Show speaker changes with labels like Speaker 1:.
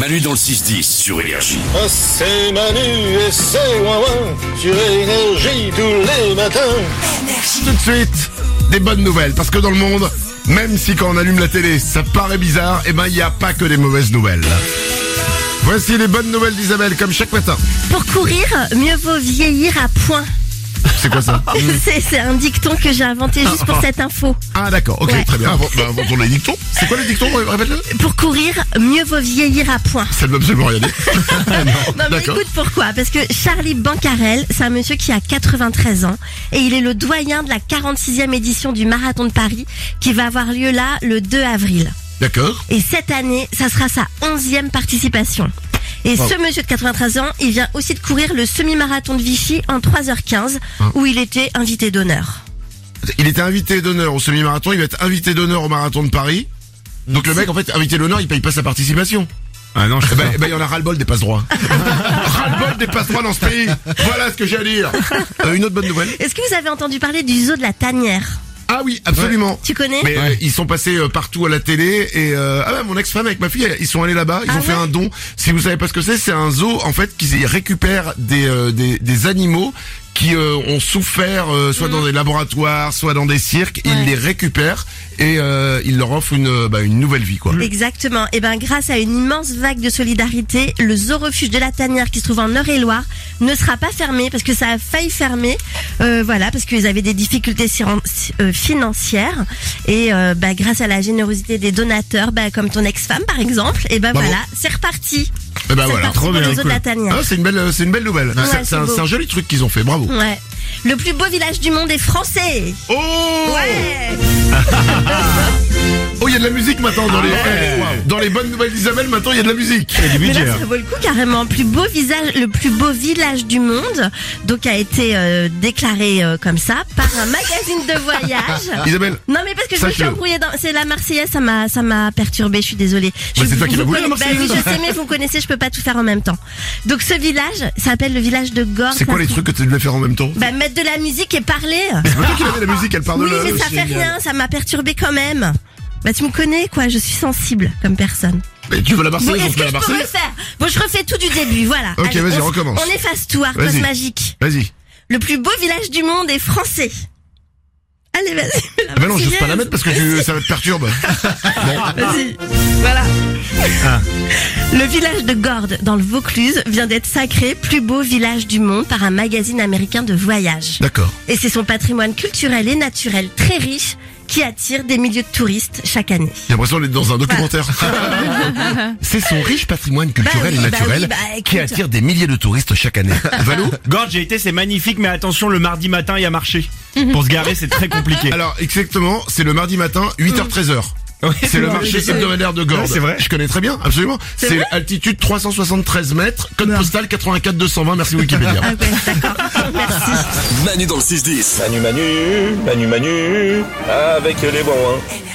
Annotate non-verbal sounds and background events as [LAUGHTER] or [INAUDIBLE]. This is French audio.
Speaker 1: Manu dans le 6-10 sur Énergie.
Speaker 2: Ah, c'est Manu et c'est Wawan sur Énergie tous les matins.
Speaker 3: Tout de suite, des bonnes nouvelles, parce que dans le monde, même si quand on allume la télé, ça paraît bizarre, eh ben il n'y a pas que des mauvaises nouvelles. Voici les bonnes nouvelles d'Isabelle, comme chaque matin.
Speaker 4: Pour courir, mieux vaut vieillir à point.
Speaker 3: C'est quoi ça
Speaker 4: [LAUGHS] C'est c'est un dicton que j'ai inventé juste pour cette info.
Speaker 3: Mm. Ah d'accord, ok,
Speaker 4: Ouais.
Speaker 3: très bien.
Speaker 5: Avant, bah, inventons les dictons.
Speaker 3: C'est quoi le dicton Répète-le.
Speaker 4: Pour courir, mieux vaut vieillir à
Speaker 3: [LAUGHS]
Speaker 4: point.
Speaker 3: Ça ne veut absolument rien dire.
Speaker 4: Non mais
Speaker 3: D'accord.
Speaker 4: écoute pourquoi Parce que Charlie Bancarel, c'est un monsieur qui a 93 ans et il est le doyen de la 46e édition du Marathon de Paris qui va avoir lieu là le 2 avril.
Speaker 3: D'accord.
Speaker 4: Et cette année, ça sera sa 11e participation. Et ce monsieur de 93 ans, il vient aussi de courir le semi-marathon de Vichy en 3h15
Speaker 3: Ah.
Speaker 4: où il était invité d'honneur.
Speaker 3: Il était invité d'honneur au semi-marathon, il va être invité d'honneur au marathon de Paris. Donc le mec, en fait, invité d'honneur, il paye pas sa participation.
Speaker 5: Ah non, je
Speaker 3: Eh ben, eh ben, il y en a ras-le-bol des [LAUGHS] passe-droits. ras-le-bol des passe-droits dans ce pays. Voilà ce que j'ai à dire. Euh, une autre bonne nouvelle.
Speaker 4: Est-ce que vous avez entendu parler du zoo de la Tanière
Speaker 3: Ah oui, absolument.
Speaker 4: Tu connais
Speaker 3: Mais euh, ils sont passés euh, partout à la télé et euh, ah bah, mon ex-femme avec ma fille, ils sont allés là-bas, ils
Speaker 4: Ah
Speaker 3: ont fait
Speaker 4: ouais
Speaker 3: un don. Si vous savez pas ce que c'est, c'est un zoo en fait qui récupère des euh, des, des animaux qui euh, ont souffert euh,
Speaker 4: Mm.
Speaker 3: soit dans des laboratoires, soit dans des cirques, ils les récupèrent et euh, ils leur offrent une euh, bah, une nouvelle vie quoi.
Speaker 4: Exactement. Et ben, grâce à une immense vague de solidarité, le zoo refuge de la Tanière qui se trouve en Eure-et-Loire ne sera pas fermé parce que ça a failli fermer. Euh, voilà, parce qu'ils avaient des difficultés siran- si- euh, financières. Et euh, bah, grâce à la générosité des donateurs, bah, comme ton ex-femme par exemple, et ben
Speaker 3: Bravo.
Speaker 4: voilà, c'est reparti.
Speaker 3: Et ben
Speaker 4: c'est
Speaker 3: voilà.
Speaker 4: reparti
Speaker 5: trop
Speaker 4: pour
Speaker 5: bien,
Speaker 4: le zoo de la Tanière.
Speaker 3: Ah, c'est une belle euh, c'est une belle nouvelle. C'est-
Speaker 4: c'est
Speaker 3: c'est un,
Speaker 4: beau. Mm.
Speaker 3: c'est un joli truc qu'ils ont fait, bravo.
Speaker 4: Ouais. Le plus beau village du monde est français.
Speaker 3: Oh
Speaker 4: Ouais.
Speaker 3: Oh, il y a de la musique maintenant
Speaker 4: Ah
Speaker 3: dans les
Speaker 5: ouais.
Speaker 3: Waouh. dans les bonnes nouvelles d'Isabelle, maintenant il y a de la musique.
Speaker 5: Et du
Speaker 4: Mais
Speaker 5: budget. hein.
Speaker 4: là, ça vaut le coup carrément. Plus beau visage, le plus beau village du monde, donc a été euh, déclaré euh, comme ça par un magazine de
Speaker 3: [LAUGHS]
Speaker 4: voyage.
Speaker 3: Ah. Isabelle,
Speaker 4: Non mais parce que je me suis
Speaker 3: Sache-le.
Speaker 4: embrouillée dans c'est la Marseillaise ça m'a ça m'a perturbée je suis désolée. Je-
Speaker 3: Bah, c'est toi qui
Speaker 4: vous
Speaker 3: l'as voulu, la
Speaker 4: connaissez- bah
Speaker 3: Marseillaise.
Speaker 4: oui, je sais mais vous connaissez je peux pas tout faire en même temps. Donc ce village s'appelle le village de Gorge.
Speaker 3: c'est quoi les trucs que tu devais faire en même temps
Speaker 4: Bah mettre de la musique et parler.
Speaker 3: C'est pas toi qui l'avais, la musique, elle part de
Speaker 4: oui
Speaker 3: la-
Speaker 4: mais ça fait rien ça m'a perturbée quand même. Bah tu me connais quoi je suis sensible comme personne.
Speaker 3: Mais tu veux la
Speaker 4: Bon,
Speaker 3: Marseillaise, on
Speaker 4: est-ce
Speaker 3: fait
Speaker 4: que
Speaker 3: la
Speaker 4: je peux
Speaker 3: Marseillaise
Speaker 4: refaire Bon, je refais tout du début, voilà.
Speaker 3: Ok, vas-y,
Speaker 4: on s-
Speaker 3: recommence.
Speaker 4: On efface tout, Arcos
Speaker 3: Vas-y.
Speaker 4: Magique.
Speaker 3: Vas-y.
Speaker 4: Le plus beau village du monde est français. Allez, vas-y.
Speaker 3: Ah bah non, j'ose
Speaker 4: Marseillaise.
Speaker 3: pas la mettre parce que tu- ça te perturbe.
Speaker 4: Vas-y, voilà.
Speaker 3: Ah.
Speaker 4: Le village de Gordes, dans le Vaucluse, vient d'être sacré plus beau village du monde par un magazine américain de voyage.
Speaker 3: D'accord.
Speaker 4: Et c'est son patrimoine culturel et naturel très riche qui attire des milliers de touristes chaque année.
Speaker 3: J'ai l'impression d'être dans un documentaire.
Speaker 4: [LAUGHS]
Speaker 3: C'est son riche patrimoine culturel
Speaker 4: Bah oui,
Speaker 3: et
Speaker 4: bah
Speaker 3: naturel
Speaker 4: oui, bah écoute.
Speaker 3: qui attire des milliers de touristes chaque
Speaker 4: [LAUGHS]
Speaker 3: année. Valou
Speaker 5: Gorge, j'ai été, c'est magnifique, mais attention, le mardi matin, il y a marché. Pour se garer, c'est
Speaker 3: [LAUGHS]
Speaker 5: très compliqué.
Speaker 3: [LAUGHS] Alors, exactement, c'est le mardi matin,
Speaker 4: Mm.
Speaker 3: 8h-13h.
Speaker 5: Ouais,
Speaker 3: C'est le
Speaker 5: non,
Speaker 3: marché
Speaker 5: je sais.
Speaker 3: hebdomadaire de Gordes.
Speaker 5: Ouais, c'est vrai.
Speaker 3: Je connais très bien, absolument. C'est altitude 373 mètres, code postal 84 220. Merci Wikipédia.
Speaker 4: [LAUGHS] Ah ouais, d'accord. Merci.
Speaker 1: Manu dans le 6-10.
Speaker 2: Manu Manu, Manu Manu, avec les bons. hein.